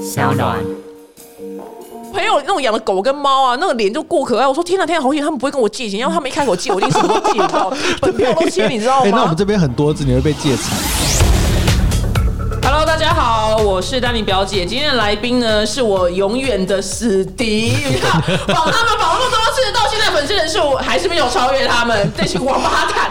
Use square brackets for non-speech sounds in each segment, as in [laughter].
小暖。朋友那种养的狗跟猫啊，那个脸就过可爱。我说天哪天哪，好险他们不会跟我借钱，要他们一开口借，我一定什么都借 [laughs] 到，本票都签，你知道哎、那我吗们？这边很多字，你会被借惨。 Hello，大家好，我是丹妮表姐。今天的来宾呢，是我永远的死敌。你看，访他们访那么多次，到现在粉丝人数还是没有超越他们，这群王八蛋，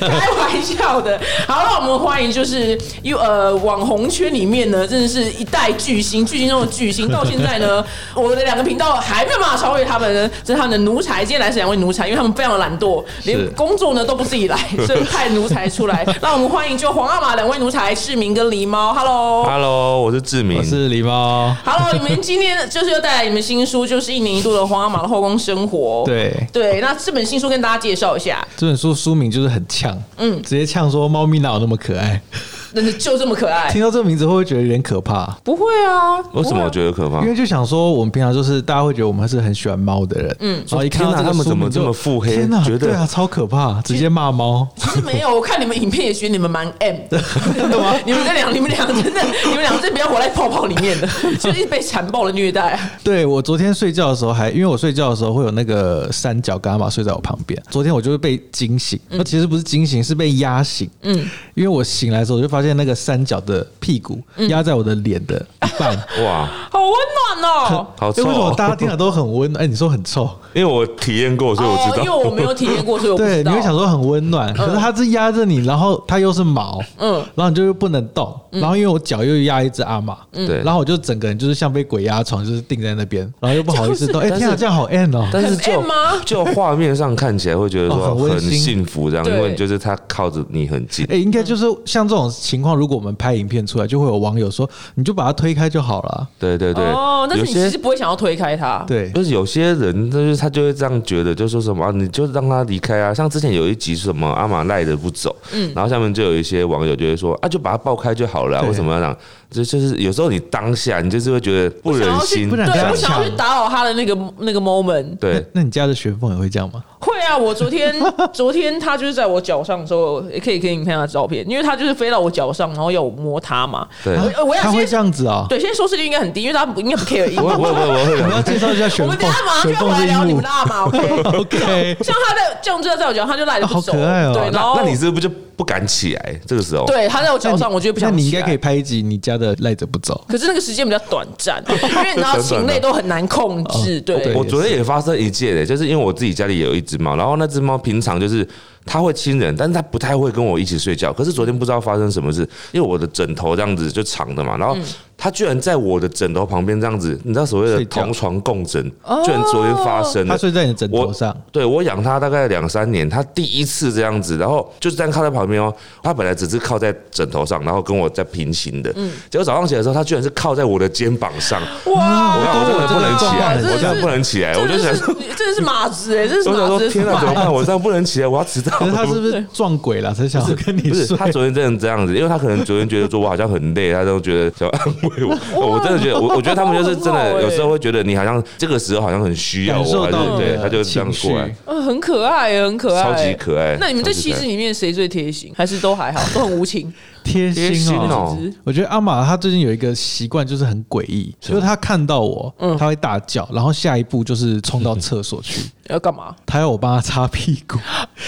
开玩笑的。好，让我们欢迎就是又呃网红圈里面呢，真的是一代巨星，巨星中的巨星。到现在呢，我的两个频道还没有办法超越他们呢，这是他们的奴才。今天来是两位奴才，因为他们非常的懒惰，连是工作呢都不自己来，所以派奴才出来。让我们欢迎就皇阿玛两位奴才志明跟狸猫，Hello。 Hello，我是志明我。是狸猫， Hello，你们今天就是要带来你们新书，就是一年一度的皇阿玛的后宫生活。对。对，那这本新书跟大家介绍一下，这本书书名就是很呛，嗯，直接呛说猫咪哪有那么可爱？真的就这么可爱听？到这个名字会不会觉得有点可怕？不会啊，为什么我得？觉得可怕因？为就想说，我们平常就是大家会觉得我们是很喜欢猫的人，嗯，然后一看到哦天这哪个他们书怎么名就这么腹黑天哪，觉得对啊，超可怕，直接骂猫。其实没有，我看你们影片也觉得你们蛮 M 的，你们这俩，你们俩真的，你们俩真的不要活在泡泡里面的，就是被残暴的虐待。对我昨天睡觉的时候还，因为我睡觉的时候会有那个三角伽马睡在我旁边，昨天我就是被惊醒，那其实不是惊醒，是被压醒，嗯，因为我醒来的时候我就发现那个三角的屁股压在我的脸的一半，哇，好温暖 [laughs] 哦。好哎臭为什么大家哦！听了都很温暖？哎，你说很臭，因为我体验过，所以我哦，知道。因为我没有体验过，所以我不 [laughs] 对，知你道。会想说很温暖，可是它是压着你，然后它又是毛，嗯嗯，然后你就是不能动，然后因为我脚又压一只阿玛，对然后我就整个人就是像被鬼压床，就是定在那边，然后又不好意思动，哎，但是天啊，这样好 N 哦，但是很就 M 吗就画面上看起来会觉得哦很说温很馨幸福这样，对因为就是他靠着你很近哎、。应嗯该就是像这种情况，如果我们拍影片出来，就会有网友说，你就把它推开就好了。啊对对对，哦，但是有你其实些不会想要推开它。对，就是有些人，就是他就会这样觉得，就说什么啊，你就让他离开啊。像之前有一集是什么阿玛赖着不走，然后下面就有一些网友就会说啊，就把他爆开就好了啊、对为什么要让？就就是有时候你当下你就是会觉得不忍心，不想要去对，很不想想要去打扰他的那个那个 moment。对，那你家的玄凤也会这样吗？会啊，我 [laughs] 昨天昨天他就是在我脚上的时候，也可以给你看他的照片，因为他就是飞到我脚上，然后要我摸它嘛。对我呃我他要会先这样子啊、对，现在收视率应该很低，因为他应该不 [laughs] care 我音。我我我 [laughs] 我们要会介绍一下我玄们凤等一下马，上就要回玄凤来是聊你鹦们的鹉。阿妈，OK？ [laughs] OK，像他在这样就在我脚上，他就赖着不走，好可爱哦对，然那后那你是不是就不敢起来？这个时候，对他在我脚上，我觉得不想那你应起该来可以。拍一集你家的赖着不走。可是那个时间比较短暂，啊 [laughs] 因为你知道禽类都很难控制，哦对对我昨天也发生一件嘞，就是因为我自己家里也有一只猫，然后那只猫平常就是它会亲人，但是它不太会跟我一起睡觉。可是昨天不知道发生什么事，因为我的枕头这样子就长的嘛，然后嗯它居然在我的枕头旁边这样子，你知道所谓的睡觉同床共枕，哦居然昨天发生他了。睡在你的枕 [laughs] 头上，对我养它大概两三年，它第一次这样子，然后就是这样靠在旁边哦。它本来只是靠在枕头上，然后跟我在平行的，嗯结果早上起来的时候，它居然是靠在我的肩膀上。哇，我看我真的不能起来，真的是我真的不能起来，哎我真就的想是，真的是马子哎，这是我想马说子，天是哪，怎么马办？我这样不能起来，我要迟到。可是他是不是撞鬼了才想要跟你不是睡？他昨天真的这样子，因为他可能昨天觉得说我好像很累，他都觉得 [laughs] 想要安慰我。我真的觉得，我我觉得他们就是真很好的，欸有时候会觉得你好像这个时候好像很需要感我，受还到是你对，的他就这样过来情，呃，很可爱，很可爱，超级可爱。啊那你们在超级妻可爱子里面谁最贴心？还是都还好，都很无情？[laughs] 贴贴心心哦、哦其实我觉得阿玛他最近有一个习惯，就是很诡异，就是他看到我，嗯他会大叫，然后下一步就是冲到厕所去，要干嘛？ [laughs] 他要我帮他擦屁 [laughs] 股，哦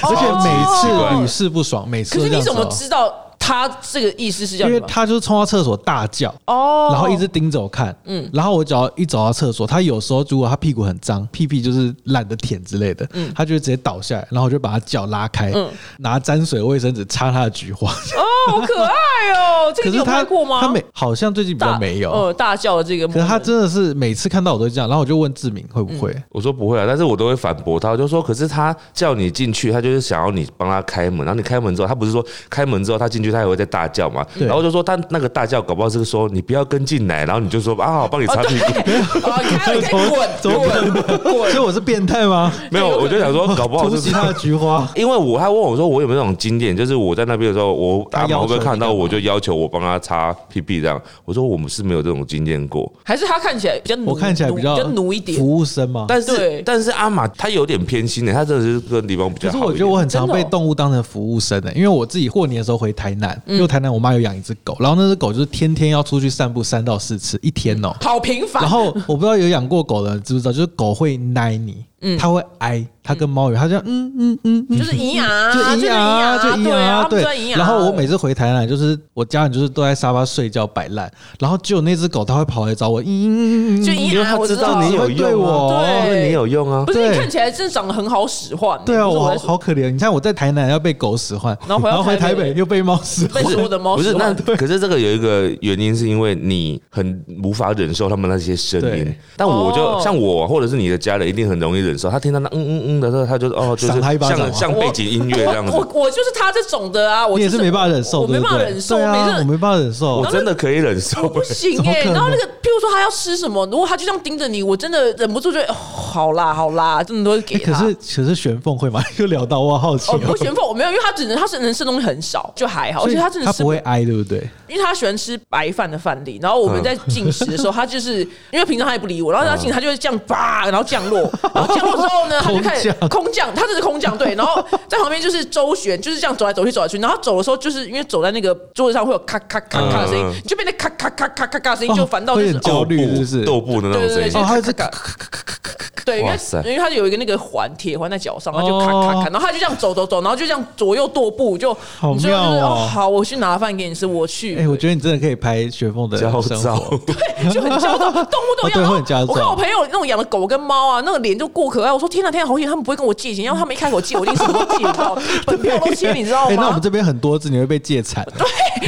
而且每次屡试不爽，每次可都是你这样子怎么哦知道他这个意思是这样因为的吗？他就是冲到厕所大叫，哦然后一直盯着我看，嗯，然后我只要一走到厕所，他有时候如果他屁股很脏，屁屁就是懒得舔之类的，嗯他就会直接倒下来，然后我就把他脚拉开，拿沾水的卫生纸擦他的菊花。哦，好可爱 [laughs] 哦！这个可你是有他拍过吗？他每好像最近比较大没有，呃，大叫的这个，可嗯是他真的是每次看到我都这样，然后我就问志明会不会，我说不会啊，但是我都会反驳他，我就说，可是他叫你进去，他就是想要你帮他开门，然后你开门之后，他不是说开门之后他进去，他也会在大叫嘛，对然后我就说他那个大叫，搞不好是说你不要跟进来，然后你就说 [laughs] 啊，我帮你擦屁哦股，啊，你看你可以滚怎么滚所 [laughs] 以滚！我是变态吗？没 [laughs] 有， [laughs] 我就想说搞不好突是袭他的菊花。 [laughs] 因为我还问我说我有没有那种经验，就是我在那边的时候，我他阿压嘛，要会求不会看到你干嘛我就要求我帮他擦屁屁这样？我说我们是没有这种经验过，还是他看起来比较奴，我看起来比较奴比较奴一点。服务生嘛。但对是但是阿玛他有点偏心的，欸他真的是跟李邦比可较是好我一觉得我点。很常被真的哦动物当成服务生的、欸因为我自己过年的时候回台南，嗯因为台南我妈有养一只狗，然后那只狗就是天天要出去散步三到四次一天哦、好频繁，然后我不知道有养过狗的人知不知道，就是狗会奶你，嗯它会挨，它跟猫一样，它就嗯嗯嗯嗯，就是营养啊，就营营养啊，就营对养啊，他对们就在营。养啊然后我每次回台南，就是我家人就是都在沙发睡觉摆烂，然后只有那只狗它会跑来找我，嗯，就营因为养啊，他我知道道你有会对用我啊，因为你有用啊不。是哦对你看起来真的长得很好使唤欸、对啊，不是我我在好说好可怜。你看我在台南要被狗使唤，然后回到回台台北北又被猫使被唤。所有的猫不是，使那唤可是这个有一个原因，是因为你很无法忍受他们那些声音对。但我就、哦像我或者是你的家人，一定很容易忍受。他听到那嗯嗯嗯的时候，他就哦， [laughs] 就是赏他一巴掌像吗像背景音乐这样子我。我我就是他这种的啊，我、就你也是没办法忍受，我没对不办法对忍受，对每啊，次我没办法忍受我。真的可以忍受、不行怎么哎、可能然后那个，譬如说他要吃什么，如果他就这样盯着你，我真的忍不住就、哦好啦好啦，真的都会给诶欸可他。是可是玄凤会吗？又聊到我好奇啊哦，哦。不玄凤我没有，因为他只能他是能吃东西很少，就还好，而所以且他真的它吃不会，挨，对不对？因为他喜欢吃白饭的饭粒。然后我们在进食的时候，他就是因为平常他也不理我，然后他进他就会这样叭，然后降落，然后降落之后呢，他就开始空降空降，他这是空降对，然后在旁边就是周旋，就是这样走来走去走来走去，然后走的时候就是因为走在那个桌子上会有咔咔咔咔的声音嗯嗯，你就被那咔咔咔咔咔咔的声音就烦到哦就会是很焦虑是不是斗布的那种声对对音对，哦，它是咔对，因为哇塞因为他有一个那个环铁环在脚上，他就咔咔咔，哦然后他就这样走走走，然后就这样左右踱步，就好你最后就是妙哦哦好，我去拿饭给你吃，我去，哎、我觉得你真的可以拍雪凤的焦生 [laughs] 躁活。。对，就很焦躁，动物都一哦对样。会很焦躁我看我朋友那种养的狗跟猫啊，那个脸就过可爱，我说天哪天哪，好险他们不会跟我借钱，要他 [laughs] 们一开口借，我一定什么都借到，本票都签，你知道哎那我吗们？ [laughs] 这边很多只，你会被借惨，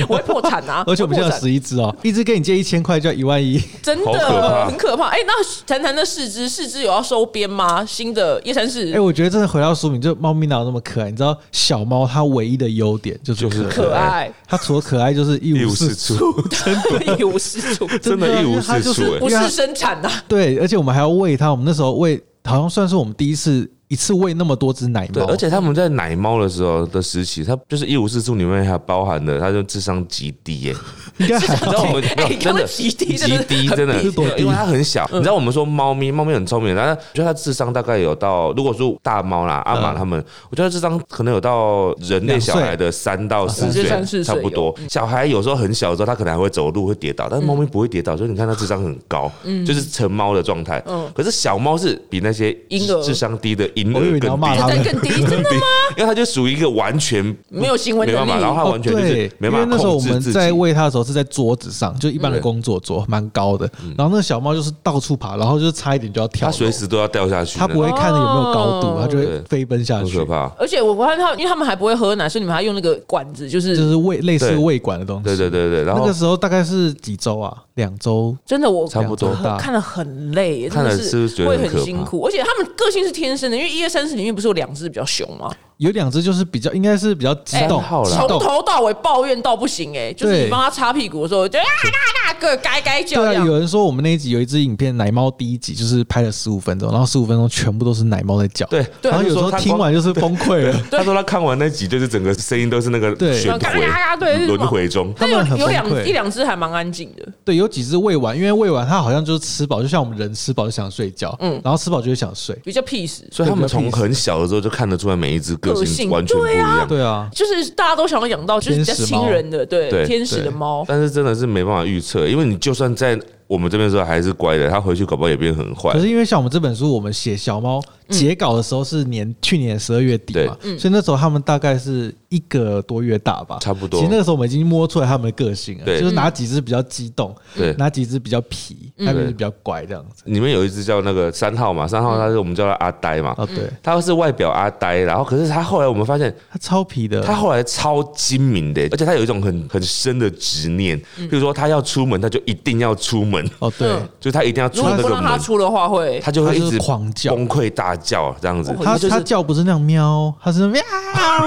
我会破产啊！ [laughs] 而且我们现会破在有产十一只哦，一只跟你借一千块就要一万一。真好可的怕很可怕。哎，那谈谈那四只，四只有要收编吗？新的叶三哎、四我觉得真的回到书名，就猫咪哪有那么可爱？你知道小猫它唯一的优点就是就是可可爱， [laughs] 爱，它除了可爱就是一一无无是是处。处， [laughs] 一无是处，真的，真的一无因为它是就是处、欸。不是因为它生产啊呐。对，而且我们还要喂它，我们那时候喂，好像算是我们第一次一次喂那么多只奶 [laughs] 对，猫，而且他们在奶猫的时候的时期，它就是一无是处里面还包含了，它就智商极低耶、应该还你知道我 [laughs] 们哎你真刚刚的极低真极的低，很真的嗯低是多低因为它很小。你知道我们说猫咪，猫咪很聪明，但是我觉得它智商大概有到，如果说大猫啦、阿玛嗯他们，我觉得智商可能有到人类两小岁孩的三到四甚至三四岁，岁差不多。小孩有时嗯候很小的时候，他可能还会走路，会跌倒，但是猫咪不会跌倒，所以你看它智商很高，就是成猫的状态嗯。可是小猫是比那些婴儿智商低的婴我以儿为你要更骂低它。但更低，真的 [laughs] 因为它就属于一个完全没有行为没能办力法，然后它哦完全就是对没办法因为那时候控我制们自在己。喂它的时候是在桌子上，就一般的工作桌，蛮高的。然后那个小猫就是到处爬，然后就是差一点就要跳嗯它楼，随时都要掉下去它那种，不会看着有没有高哦度，它就对会飞奔下很去可。怕。而且我发现他，因为他们还不会喝奶，所以你们还用那个管子，就就是是喂类似对喂管的东西。对对对对，然那后个时候大概是几周啊？两周，真的我差不多两周大。看了很累耶，看了真的是不是觉得会很很可怕辛苦？而且他们个性是天生的，因为一二三四里面不是有两只比较凶吗？有两只就是比较，应该是比较激动哎，激从动。头到尾抱怨到不行哎，就是对你帮他擦屁股的时候，就啊那那个该该叫这对啊，样。有人说我们那一集有一支影片《奶猫》第一集，就是拍了十五分钟，然后十五分钟全部都是奶猫在叫。对对然后有时他就说候他听光完就是崩溃 [laughs] 了。他说他看完那集，就是整个声音都是那个对旋嘎嘎嘎回对是什么轮回中。但他们有很有两崩溃一两只还蛮安静的，对，有几只喂完，因为喂完它好像就是吃饱，就像我们人吃饱就想睡觉，嗯，然后吃饱就会想睡。比较 peace。所以他们对比从较很小的时候就看得出来，每一只个个性性完全不一样。对啊，就是大家都想要养到，就是比较天使猫亲人的，对对天使的对猫，但是真的是没办法预测，因为你就算在我们这边的时候还是乖的，他回去搞不好也变很坏可。是因为像我们这本书，我们写小猫嗯截稿的时候是年去年十二月底嘛，所以那时候他们大概是一个多月大吧，差不多其实那个时候我们已经摸出来他们的个性了，对嗯就是哪几只比较激动，对哪几只比较皮，嗯哪几只比较乖这样子。里面有一只叫那个三号嘛，三嗯号他是我们叫他阿呆嗯嘛，哦，对，他是外表阿呆，然后可是他后来我们发现它超皮的，他后来超精明的，而且他有一种很很深的执念，嗯比如说他要出门，他就一定要出门， [laughs] 哦对，嗯就是他一定要出如果那不个让它门，出的话，会他就会一它就直是狂叫崩溃大叫这样子哦，它就是它叫不是那样喵，它是 [laughs] 喵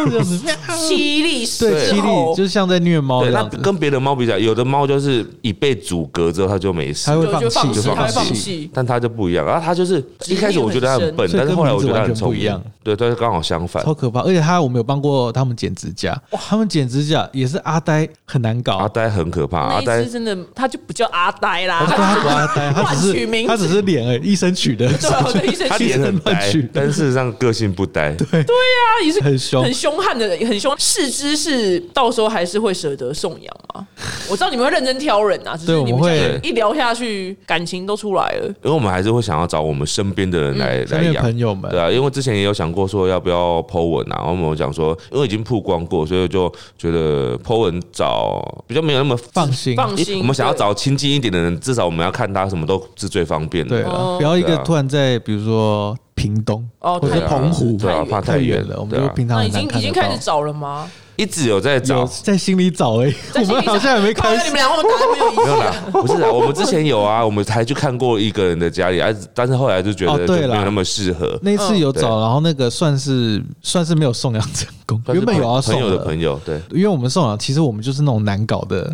这样子喵，犀利狮对，吼犀利就是像在虐哦猫对，一那样子，跟别的猫比较，有的猫就是一被阻隔之后它就没事它，会就就放放弃，弃，就它会放放弃弃。但它就不一样。然啊后它就是一开始我觉得它很笨，所以但跟是后来我觉得它名很字完全聪不一明样。对，但是刚好相反。超可怕。而且他我们有帮过他们剪指甲，他们剪指甲也是阿呆很难搞，阿啊呆很可怕，阿那一 [laughs] 呆只真的，它就不叫阿呆啦，对他不是阿呆，他只乱取是名字他只是脸而已，医生取的，对啊，我 [laughs] 的医生他其实脸很乱呆取，但事实上个性不呆。他也是很凶很凶悍的，很凶。四肢是到时候还是会舍得送养嘛？ [laughs] 我知道你们会认真挑人啊，只对是我你们们这会样一聊下去，感情都出来了。因为我们还是会想要找我们身边的人来、嗯身来边的养。朋友们对，啊，因为之前也有想过说要不要 Po 文啊，然后我们有讲说，因为已经曝光过，所以就觉得 Po 文找比较没有那么放心，放心，哎我们想要对找亲近一点的人，至少我们要看他什么都是最方便对的。了，哦不要一个对啊突然在比如说屏东哦或者太是远澎湖对啊怕太太远远了，我们对啊就平常那已很难经看已经得开到始找了吗？一直有在有找，在心里找哎， [laughs] 我在心里们找好像还没靠开呀你始们，两个答案没有一 [laughs] 没有样。啦，不是啦，我们之前有啊，我们还去看过一个人的家里，啊，但是后来就觉哦得就对没啦有那么适合。那一次有找，嗯对然后那个算是算是没有送养成功，但是原本有要送朋友的的。朋友，对，因为我们送养，其实我们就是那种难搞 [laughs] 的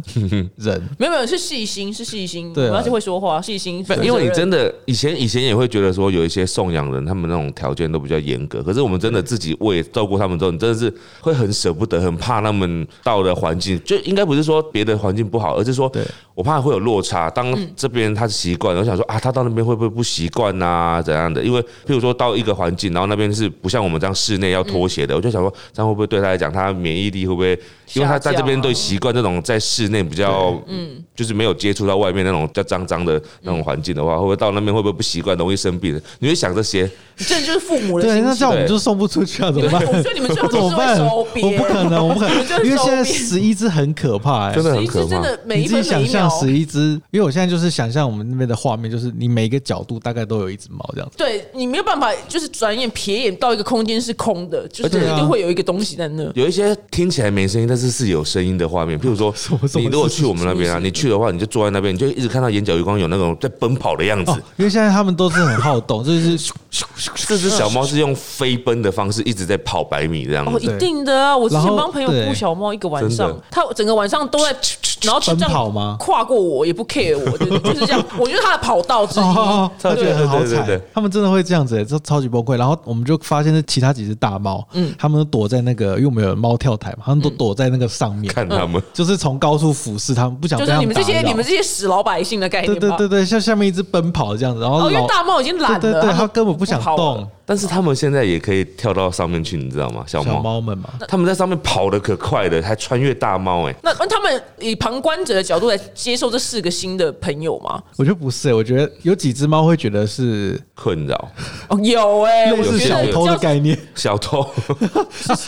人，没有没有，是细心，是细心，对啊我要是会说话，细心不。因为你真的的以前以前也会觉得说有一些送养人，他们那种条件都比较严格。可是我们真的自己喂照顾他们之后，你真的是会很舍不得，很怕他们到的环境，就应该不是说别的环境不好，而是说对我怕会有落差。当这边他习惯，我想说啊，他到那边会不会不习惯呐？怎样的？因为譬如说到一个环境，然后那边是不像我们这样室内要脱鞋的，我就想说这样会不会对他来讲，他免疫力会不会？因为他在这边对习惯这种在室内比较，嗯，就是没有接触到外面那种比较脏脏的那种环境的话，会不会到那边会不会不习惯，容易生病？你会想这些，这就是父母的对，心那这情。样我们就送不出去啊，怎么办？我觉得你们最后怎都么是会办？收我编不，可能，我不可能你们 [laughs] 就是，因为收现在编十一只很可怕、欸，哎真的其很可实真怕。的每你一分自己每想一象秒。十一只，因为我现在就是想象我们那边的画面，就是你每一个角度大概都有一只猫这样子。对你没有办法，就是转眼瞥眼到一个空间是空的，就是而且一定会有一个东西在那。有一些听起来没声音，但是是有声音的画面。譬如说么什，么你如果去我们那边啊，什么你去的话，你就坐在那边，你就一直看到眼角余光有那种在奔跑的样子哦。，因为现在他们都是很好动，就是咻咻哦咻咻这只小猫是用飞奔的方式一直在跑百米这样哦，子。一定的啊！我之嗯然前后帮朋友对雇小猫一个晚上真的，它整个晚上都在，然后就这奔跑样吗跨过我，也不 care 我，对就是这 [laughs] 样。我觉得它的跑道 [laughs] 之一，哦，他觉得很好对对对惨对，他们真的会这样子、欸，这超级崩溃。然后我们就发现是其他几只大猫，嗯，他们都躲在那个，因为我们有猫跳台嘛，他们嗯都躲在那个上面，看他们，就是从高处俯视他们，不想就被是他你们这些打扰你们这些死老百姓的概对念对吧。对对，像下面一只奔跑这样子，然后哦，因为老大猫已经懒了，对对对，它们根本不想跑了动，，但是他们现在也可以跳到上面去，你知道吗？小小猫，猫们嘛，他们在上面跑的可快了，还穿越大猫，哎，那那他们以旁观者的角度来接受这四个新的朋友吗？我觉得不是、欸，我觉得有几只猫会觉得是困扰哦，有哎、类我似觉小得偷的叫概念。小 [laughs] 偷。啊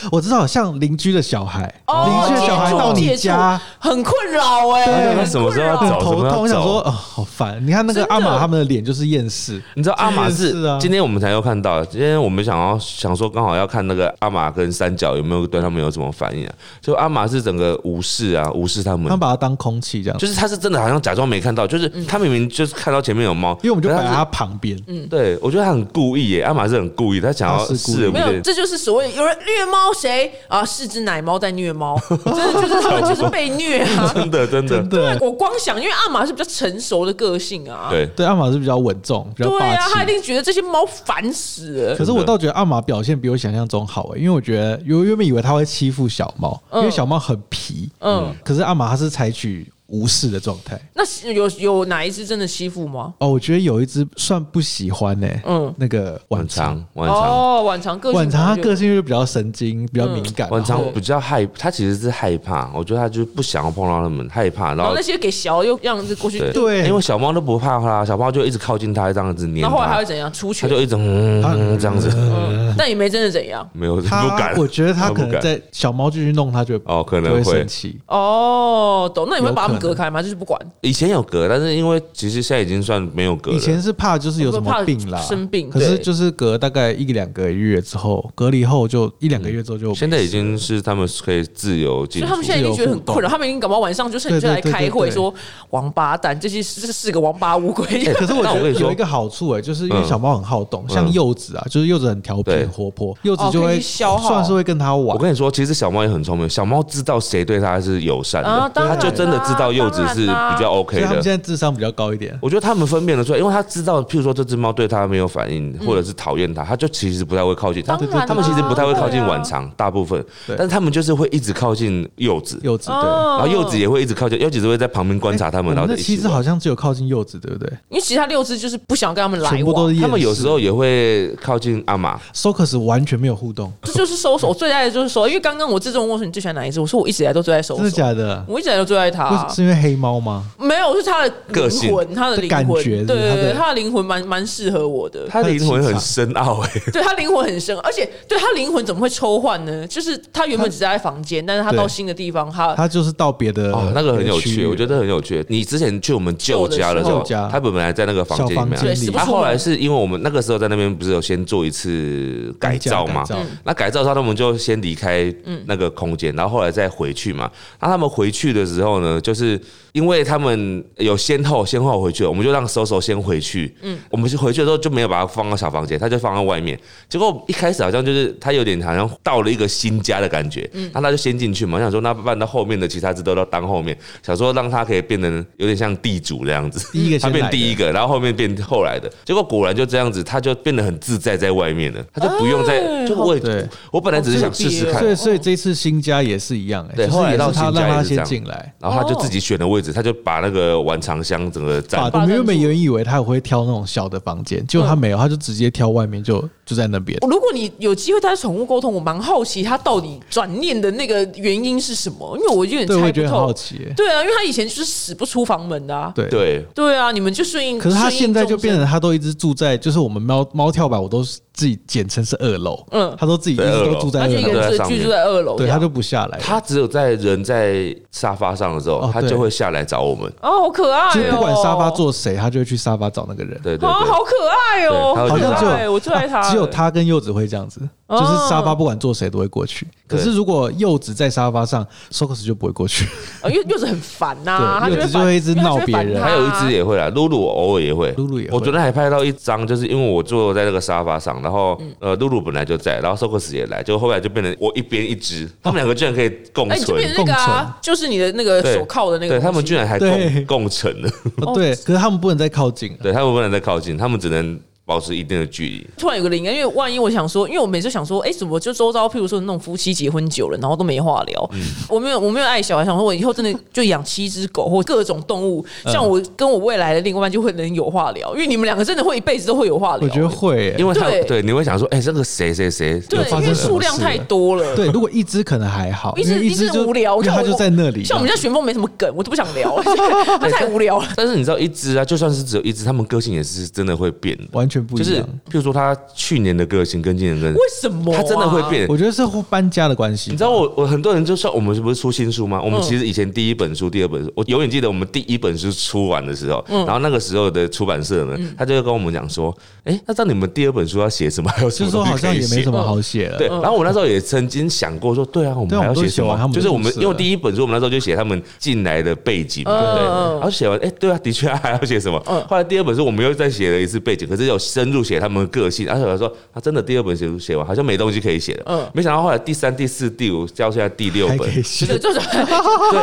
[laughs] 我知道，像邻居的小孩，哦邻居的小孩到你家。 [laughs] 很困扰哎、对很什么时候要困很扰找头什么痛，要我想找嗯说，哦，好烦！你看那个真的阿玛他们的脸就是厌世，你知道阿玛是是啊今天我们才又看到，今天我们想要想说刚好要看那个阿玛跟三角有没有对他们有什么反应啊？就阿玛是整个无视啊，无视他他们们，把它当空气这样，就是他是真的好像假装没看到，就是他明明就是看到前面有猫，因为我们就可摆是在他它是。旁边，对，我觉得他很故意耶，阿玛是很故意，他想要他是故意视而不没有，见。这就是所谓有人虐猫谁啊？是只奶猫在虐猫，真的就是他们就是被虐啊！真 [laughs] 的，真的真，的。我光想，因为阿玛是比较成熟的个性啊，对，对，阿玛是比较稳重，比较对霸啊，他一气。定觉得这些猫烦死了。可是我倒觉得阿玛表现比我想象中好欸诶，因为我觉得我原本以为他会欺负小猫，因为小猫很皮，嗯，可是阿玛他是采取无视的状态。那是有有哪一只真的欺负吗？哦，我觉得有一只算不喜欢呢，嗯那个晚晚长，长，晚长，哦，晚长个性，晚长他个性就比较神经，比较敏感，嗯晚然长后比较害，他其实是害怕，我觉得他就是不想要碰到他们，害怕，然然后后那些给小又让这过去，对对因为小猫都不怕它，小猫就一直靠近它，这样子黏然后后来还它会，怎样？出它拳，就一直嗯嗯这样子，呃嗯，但也没真的怎样。没有不他敢。我觉得它他不可能敢在小猫继续弄他，就哦可能就会会生气。哦，懂。那你会把它用隔开吗？就是不管，以前有隔，但是因为其实现在已经算没有隔了。以前是怕就是有什么病啦，怕生病可是对就是隔大概一两个月之后，隔离后就一两个月之后就嗯现在已经是他们可以自由进所以出他们现在已经觉得很困扰，他们已经搞不好晚上就是你就来开会说王八蛋，这些这是个王八乌龟。哎可是我但觉我得跟你说有一个好处哎、就是因为嗯小猫很好动，像柚子啊，就是柚子很调皮、对很活泼，柚子哦就可以会消耗算是会跟它玩我。跟你说，其实小猫也很聪明，小猫知道谁对它是友善啊的，当它然就真的知道柚子是比较 OK 所以他们的。现在智商比较高一点。我觉得他们分辨得出来，因为它知道，譬如说这只猫对它没有反应，或者是讨厌它，它就其实不太会靠近。它嗯当然啦它们其实不太会靠近对啊晚肠，大部分，对但是它们就是会一直靠近柚子，柚子对，哦然后柚子也会一直靠近，柚子只会在旁边观察它我们，然们后哎那就一起玩。七只好像只有靠近柚子，对不对因为其他六只就是不想跟他们来全部都往是。厌他们有世时候也会靠近阿玛， ，Socus 完全没有互动，这就是收手，我最爱的就是收手。因为刚刚我自从问我说你最喜欢哪一只，我说我一直以来都最爱收真的手，假的？我一直以来都最爱它啊不是。是因为黑猫吗？没有，是它的个灵性魂，它的灵的魂，感对觉对它对，的它的灵魂蛮蛮适合我的。他灵魂很深奥哎、对他灵魂很深，而且对他灵魂怎么会抽换呢？就是他原本只在房间，但是他到对新的地方，他它就是到别的啊哦，那个很有趣，我觉得得很有趣。你之前去我们舅家的时旧候的时候，他本来在那个房小间里房面啊间对死里不他出后来门是因为我们那个时候在那边不是有先做一次改造嘛改？造嗯那改造的时候，他们就先离开那个空间，然后后来再回去嘛。那他们回去的时候呢，就是因为他们有先后先后回去，我们就让手手先回去。嗯，我们就回去的时候就没有把它放到小房间，他就放在外面。结果一开始好像就是他有点好像到了一个新家的感觉，那他就先进去嘛，我想说那搬到后面的其他只都要当后面，想说让他可以变成有点像地主这样子。第一个他先变来第一的。个，然后后面变后来的，结果果然就这样子，他就变得很自在在外面了，他就不用再、哎就我也对我本来只是想试试看，所以，所以哦这次新家也是一样哎、对就是后来也到是他新家让也他是这先样进来。然后他就自己选的位置，他就把那个晚长箱整个占啊，我们原本原以为他会挑那种小的房间，结果他嗯没有，他就直接挑外面，就就在那边。如果你有机会带宠物沟通，我蛮好奇他到底转念的那个原因是什么，因为我有点对，我猜也觉不得很好透。奇、欸。对啊，因为他以前就是死不出房门的啊。对，对。对啊，你们就顺应。可是他现在就顺变应众成他都一直住在，就是我们猫猫跳板，我都是自己简称是二楼，嗯嗯，他都自己一直都住在生，他二就一楼，个对人上面居住在二楼这对，样。他就不下来。他只有在人在沙发上的时候，哦他对就会下来找我们。哦，好可爱哦！就是不管沙发坐谁，他就会去沙发找那个人。对对对，啊，好可爱对哦！他好会觉得像可爱只有我最爱他，只有。他跟柚子会这样子，哦就是沙发不管坐谁都会过去。可对是如果柚子在沙发上，Socus 就不会过去。呃柚柚子很烦呐，他对柚会子就会一直烦闹别人啊还有一只。也会啦，露露我偶尔也会，露露也会我昨天还拍到一张，就是因为我坐在那个沙发上，然后嗯呃，露露本来就在，然后 Socus 也来，就后来就变成我一边一哦只，他们两个居然可以共因为他就会烦他哎，你就存，变成那个共啊，就是你的那个对手铐的那个对东西。他们居然还对共共存了，哦 [laughs] 对，可是他们不能再靠近了。对他们不能再靠近，他们只能保持一定的距离。突然有个灵感，因为万一我想说，因为我每次想说，哎、怎么就周遭，譬如说那种夫妻结婚久了，然后都没话聊。嗯我没有，我没有爱小孩，想说我以后真的就养七只狗或各种动物，嗯像我跟我未来的另一半就会能有话聊，因为你们两个真的会一辈子都会有话聊。我觉得会、欸，因为他对对你会想说，哎、这个谁谁谁对有发发，因生生为什什么数么？量事啊太 [laughs] 多了。对，如果一只可能还好，一因为直一只直就无聊，因为它就在那里。像我们家旋风没什么梗，我都不想 [laughs] 聊， [laughs] 它太无聊了。但是你知道，一只啊，就算是只有一只，他们个性也是真的会变的，完全不一就样。是譬如说他去年的个性跟今年的个性为，什么、啊？他真的会变。我觉得是搬家的关系。你知道我我很多人就算我们是不是出新书吗？我们嗯其实以前第一本书、第二本书，我永远记得我们第一本书出完的时候，嗯然后那个时候的出版社呢，他就会跟我们讲说，哎，那到你们第二本书要写什么？还有什就么是说好东西可像以也没写哦什么好写了。对，嗯然后我那时候也曾经想过说，对啊，我对们啊还要我们都写什写完么他？们就是我们就是了因为第一本书，我们那时候就写他们进来的背景，对不对？嗯然后写完，哎，对啊，的确还要写什么？后来第二本书我们又再写了一次背景，可是有深入写他们的个性。然后我说，啊，真的第二本写写完好像没东西可以写嗯了。没想到后来第三、第四、第五，到现在第六还本可，以写，[laughs] 对，就是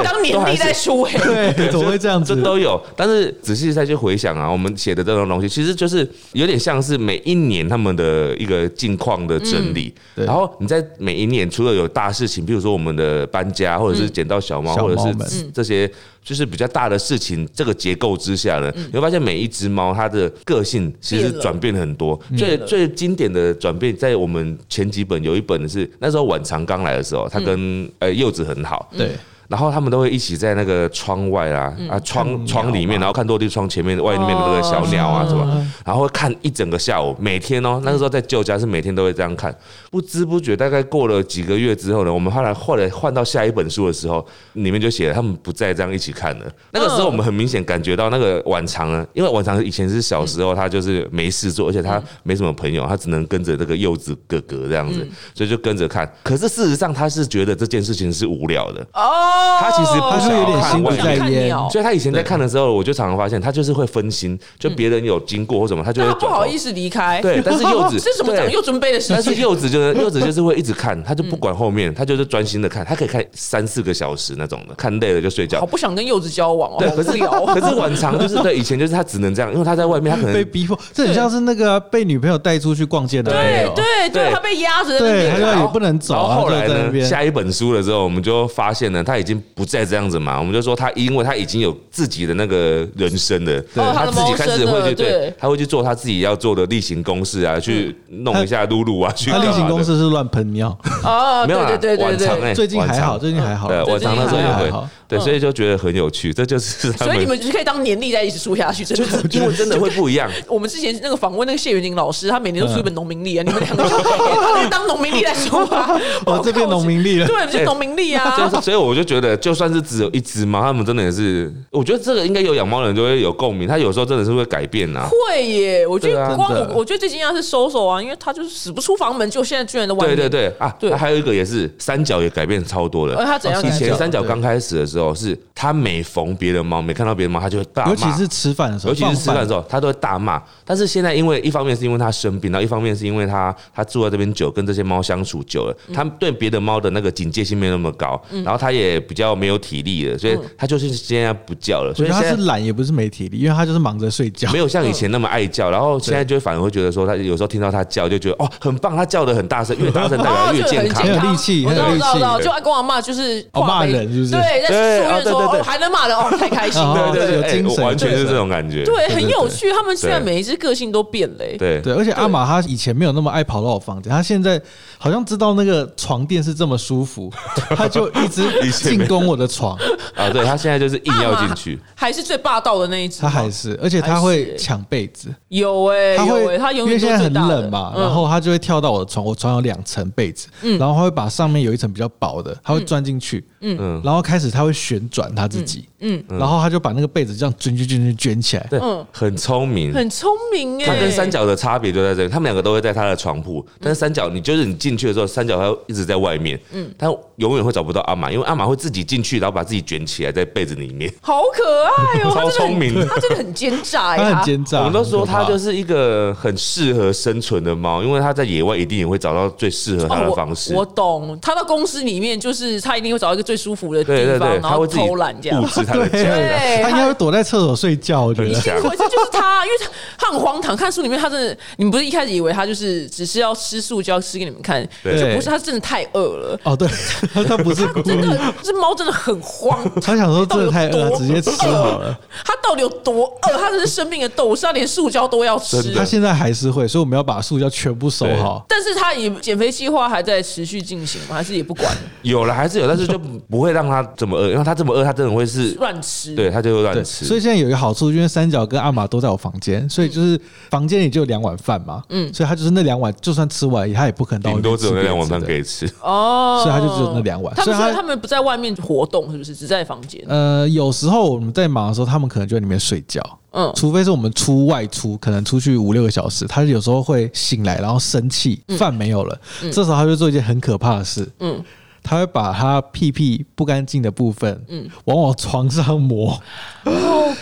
当年历在出哎、对，怎么会这样这子？都有，但是仔细再去回想啊，我们写的这种东西，其实就是有点像是每一年他们的一个近况的整理。对然后你在每一年，除了有大事情，比如说我们的搬家，或者是捡到小猫，嗯小猫或者们是这些就是比较大的事情，这个结构之下呢，嗯你会发现每一只猫它的个性其实变了转变很多。嗯最变了最经典的转变，在嗯我们前几本有一本是那时候晚长刚来的时候，它跟呃柚子很好，对，然后他们都会一起在那个窗外啊啊窗窗里面，然后看落地窗前面外面的那个小鸟啊什么，然后会看一整个下午，每天哦，那个时候在旧家是每天都会这样看，不知不觉大概过了几个月之后呢，我们后来后来换到下一本书的时候，里面就写了他们不再这样一起看了。那个时候我们很明显感觉到那个晚长呢，因为晚长以前是小时候他就是没事做，而且他没什么朋友，他只能跟着这个柚子哥哥这样子，所以就跟着看。可是事实上他是觉得这件事情是无聊的，哦，他其实不他想是有点看心我不想在看焉，鸟所以他以前在看的时候，我就常常发现他就是会分心，就别人有经过或什么，他就但会啊他不转头好意思离开，对，但是柚 [laughs] 子这是什么长对幼尊卑的事但是情？柚子就是柚子就是会一直看，他就不管后面，他就是专心的看，他可以看三四个小时那种的，看累了就睡好觉。不想跟柚子交往哦，对，好可无是聊哦。可是晚长就是对以前就是他只能这样，因为他在外面他可 [laughs] 被能。逼迫，这很像是那个啊被女朋友带出去逛街的朋对友，对对，对他被压着在那对，他边，就也不能走然后啊，后他来就在那呢，边。下一本书的时候，我们就发现呢，他已经不再这样子嘛。我们就说他，因为他已经有自己的那个人生了，哦他他的自己开始谋生会了去对对，他会去做他自己要做的例行公事啊，去弄一下露露啊，去他干嘛例的行公事是乱喷尿，哦，没有啦对对对晚长对对。 [laughs] 哎，最近晚还长好，最近还好，对，我最近常常说还嗯也好会，对，所以就觉得很有趣，这就是他所以你 [laughs] 们们就可以当年历在一起书下去，真的。因为真的会不一样。我们之前那个访问那个谢元景老师，他每年都出一本农民历啊，你们两个就他在当农民历来说 [laughs] 话。哦我哦这边农民历了对，我们就农民历就啊。是，所以我就觉得，就算是只有一只猫，他们真的也是，我觉得这个应该有养猫的人就会有共鸣。它有时候真的是会改变啊。会耶，我觉对得啊光真的我我觉得最惊讶的是收手啊，因为他就是死不出房门，就现在居然在外对面。对对啊，对那还有一个也是三角也改变超多呃，了。他怎样哦改以是变？前三角对刚开始的时候，是它每逢别的猫，每看到别的猫，它就会大骂。尤其是吃饭的时候，尤其是吃饭的候，时候，他都会大骂。但是现在，因为一方面是因为他生病，然后一方面是因为他他住在这边久，跟这些猫相处久了，嗯他对别的猫的那个警戒性没有那么高，然后他也比较没有体力了，所以他就是现在不叫了。嗯我所以觉得现他在是懒，嗯也不是没体力，因为他就是忙着睡觉没。有像以前那么爱叫，然后现在就反而会觉得说，他有时候听到他叫就觉得哦很棒，他叫的很大声，越大声代表 [laughs] 哦，越就健很康很。有康，力气我知道，很有我知道，力我知道，气就阿公阿妈就是哦跨骂北人是不是对，在对书院哦对说对对哦还能骂人哦，太开心 [laughs] 哦了。对对对，有精神哎我完全是对这种感觉。对，对很对有对趣。他们虽然对每一只个性都变了、欸，对对，而且阿玛他以前没有那么爱跑到我房间，他现在好像知道那个床垫是这么 [laughs] 舒服，他就一直以前没有进攻我的床，啊，对他现在就是硬阿要玛进 [laughs] 嗯去。还是最霸道的那一只吗。他还是，而且还他是会抢被子，有哎、他哦有哎、会，他永因远为都现在是最很大的嗯冷嘛，然后他就会跳到我的床，我床有两层被子，然后他会把上面有一层比较薄的，他会钻进去，嗯嗯，然后开始他会旋转他自己，嗯，然后他就把那个被子这样卷卷卷卷卷起来，啊对，很聪明，很聪明哎、它跟三角的差别就在这里，他们两个都会在他的床铺，嗯但是三角你就是你进去的时候，三角它会一直在外面，嗯，它永远会找不到阿玛，因为阿玛会自己进去，然后把自己卷起来在被子里面。好可爱哦、超聪明他真的很，他真的很奸诈、欸，他很奸诈，。我们都说它就是是一个很适合生存的猫，因为它在野外一定也会找到最适合它哦的我方式。我懂，他到公司里面就是他一定会找一个最舒服的地对对方，对，然它后会自己偷懒这样布。置它的 [laughs] 对家。 [laughs] 对，他应该会躲在厕所睡觉，我觉很得。强我这就是他，因为他他很荒唐。看书里面，他真的，你们不是一开始以为他就是只是要吃素就要吃给你们看，对就不是，他真的太饿了。哦，对， [laughs] 他不是故真意，的，这猫真的很荒他想说真的太饿，到了，底直有接多吃好了。它到底有多饿？它这是生命的斗士，它连塑胶都要吃真。他的现在还是会，所以我们要把塑胶全部收好。但是它也减肥计划还在持续进行吗？还是也不管有了还是有，但是就不会让它这么饿，因为它这么饿，它真的会 [laughs] 是，乱吃？对，它就会对，乱吃。所以现在有一个好处，因为三角跟阿玛都在我房间，所以就是房间里就有两碗饭嘛，嗯，所以他就是那两碗，就算吃完他也不可能到顶多只有那两碗饭可给。以 [laughs] 吃。哦，所以它就只有那两碗他们所以说它他们不在外面活动，是不是只在房间？呃，有时候我们在忙的时候，他们可能就在里面睡觉，嗯嗯，除非是我们出外出，可能出去五六个小时，他有时候会醒来，然后生气，饭没有了，这时候他就做一件很可怕的事，嗯嗯。他会把他屁屁不干净的部分，嗯，往我床上抹，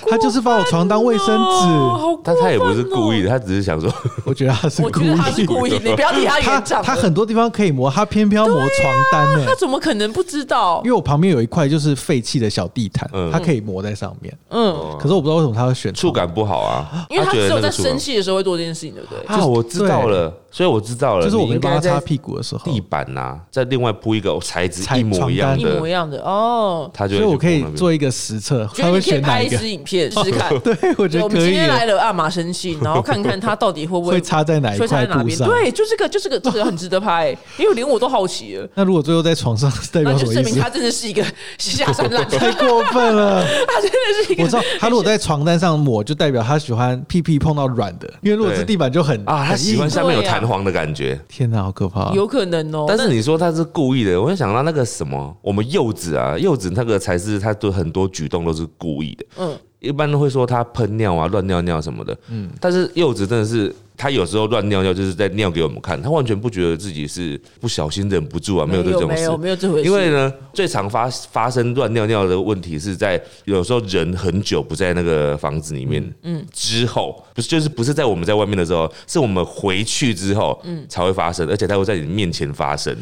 他就是把我床当卫生哦纸。好过但他也不是分哦故意的，他只是想 [laughs] 说，我觉得他是我故觉意得他是故意， [laughs] 你不要替他他演账。他很多地方可以磨，他偏偏要磨床单呢、他怎么可能不知道因？为我旁边有一块就是废弃的小地毯嗯，它可以磨在上面。嗯，可是我不知道为什么他会选触床感不好啊，因为他觉只得有那在个触感生气的时候会做这件事情，对不对？啊，我知道了，所以我知道了，就是我你没应帮该他擦在屁股的时候，地板呐、啊再另外铺一个哦材质裁一模一样床一模的，一样的哦。他就所会以我可以去碰那边做一个实测，觉他得你会可以选拍哪一一个？支影片试试看。 [laughs] 对，我觉我们得可今以天来耶，了阿玛生气，然后看看他到底会不会会插在哪一会插块在哪布边。上？对，就这个，就这个，这个很值得拍，因为连我都好奇了。那如果最后在床上 [laughs] 代那表什就么证意明思他？真的是一个下三滥，他 [laughs] 太过 [laughs] 分了！真的是一个。我知道他如果在床单上抹，就代表他喜欢屁屁碰到软的，因为如果是对地板就很啊，他很喜欢硬下面有对啊弹簧的感觉。天哪，好可怕！啊有可能哦，但是你说他是故意的，我就想到那个什么，我们柚子啊，柚子那个才是他对很多举动都是故意的。嗯，一般都会说他喷尿啊、乱尿尿什么的。嗯，但是柚子真的是他有时候乱尿尿，就是在尿给我们看，他完全不觉得自己是不小心忍不住啊，没有这没有种没事有。没有这回事，因为呢，最常发发生乱尿尿的问题是在有时候人很久不在那个房子里面，嗯，之后不是就是不是在我们在外面的时候，是我们回去之后，嗯，才会发生，而且它会在你面前发生，